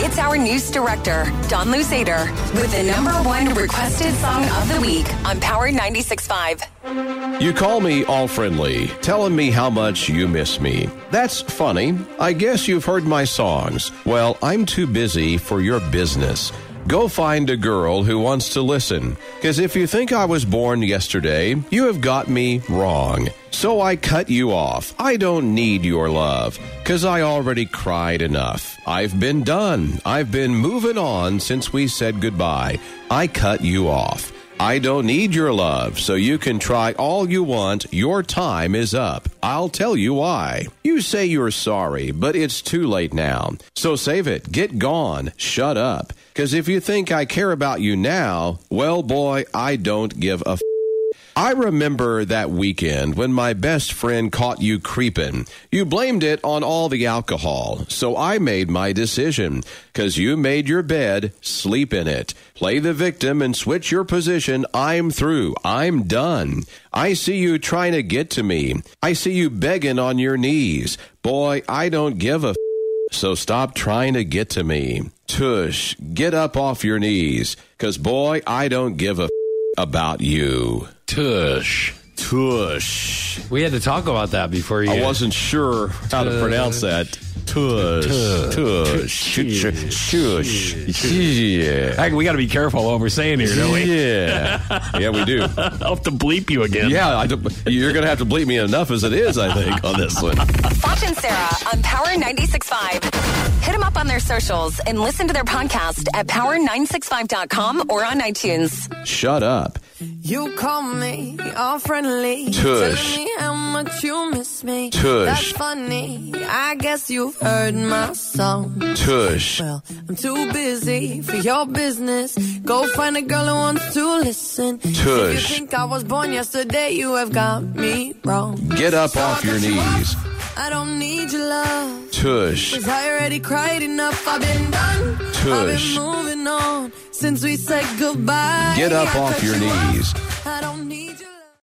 It's our news director, Don Luzader, with the number one requested song of the week on Power 96.5. You call me all friendly, telling me how much you miss me. That's funny. I guess you've heard my songs. Well, I'm too busy for your business. Go find a girl who wants to listen. Because if you think I was born yesterday, you have got me wrong. So I cut you off. I don't need your love. Because I already cried enough. I've been done. I've been moving on since we said goodbye. I cut you off. I don't need your love, so you can try all you want. Your time is up. I'll tell you why. You say you're sorry, but it's too late now. So save it. Get gone. Shut up. Because if you think I care about you now, well, boy, I don't give a. F- I remember that weekend when my best friend caught you creeping. You blamed it on all the alcohol, so I made my decision. Cause you made your bed, sleep in it. Play the victim and switch your position. I'm through. I'm done. I see you trying to get to me. I see you begging on your knees. Boy, I don't give a. F- so stop trying to get to me. Tush, get up off your knees. Cause boy, I don't give a f- about you. Tush. Tush. We had to talk about that before you. I wasn't sure how to pronounce that. Tush. Tush. Tush. Tush. Yeah. Heck, we got to be careful what we're saying here, don't we? Yeah. Yeah, we do. I'll have to bleep you again. Yeah, I, don't- you're going to have to bleep me enough as it is, I think, on this one. Foch and Sarah on Power 96.5. Hit them up on their socials and listen to their podcast at power965.com or on iTunes. Shut up. You call me all friendly. Tush. Tell me how much you miss me. Tush. That's funny. I guess you've heard my song. Tush. Well, I'm too busy for your business. Go find a girl who wants to listen. If you Tush. think I was born yesterday, you have got me wrong. Get up off your knees. I don't need your love. Tush. 'Cause I already cried enough. I've been done. I've Tush. been moving on since we said goodbye. Get up I off cut your you off. knees. I don't need your love.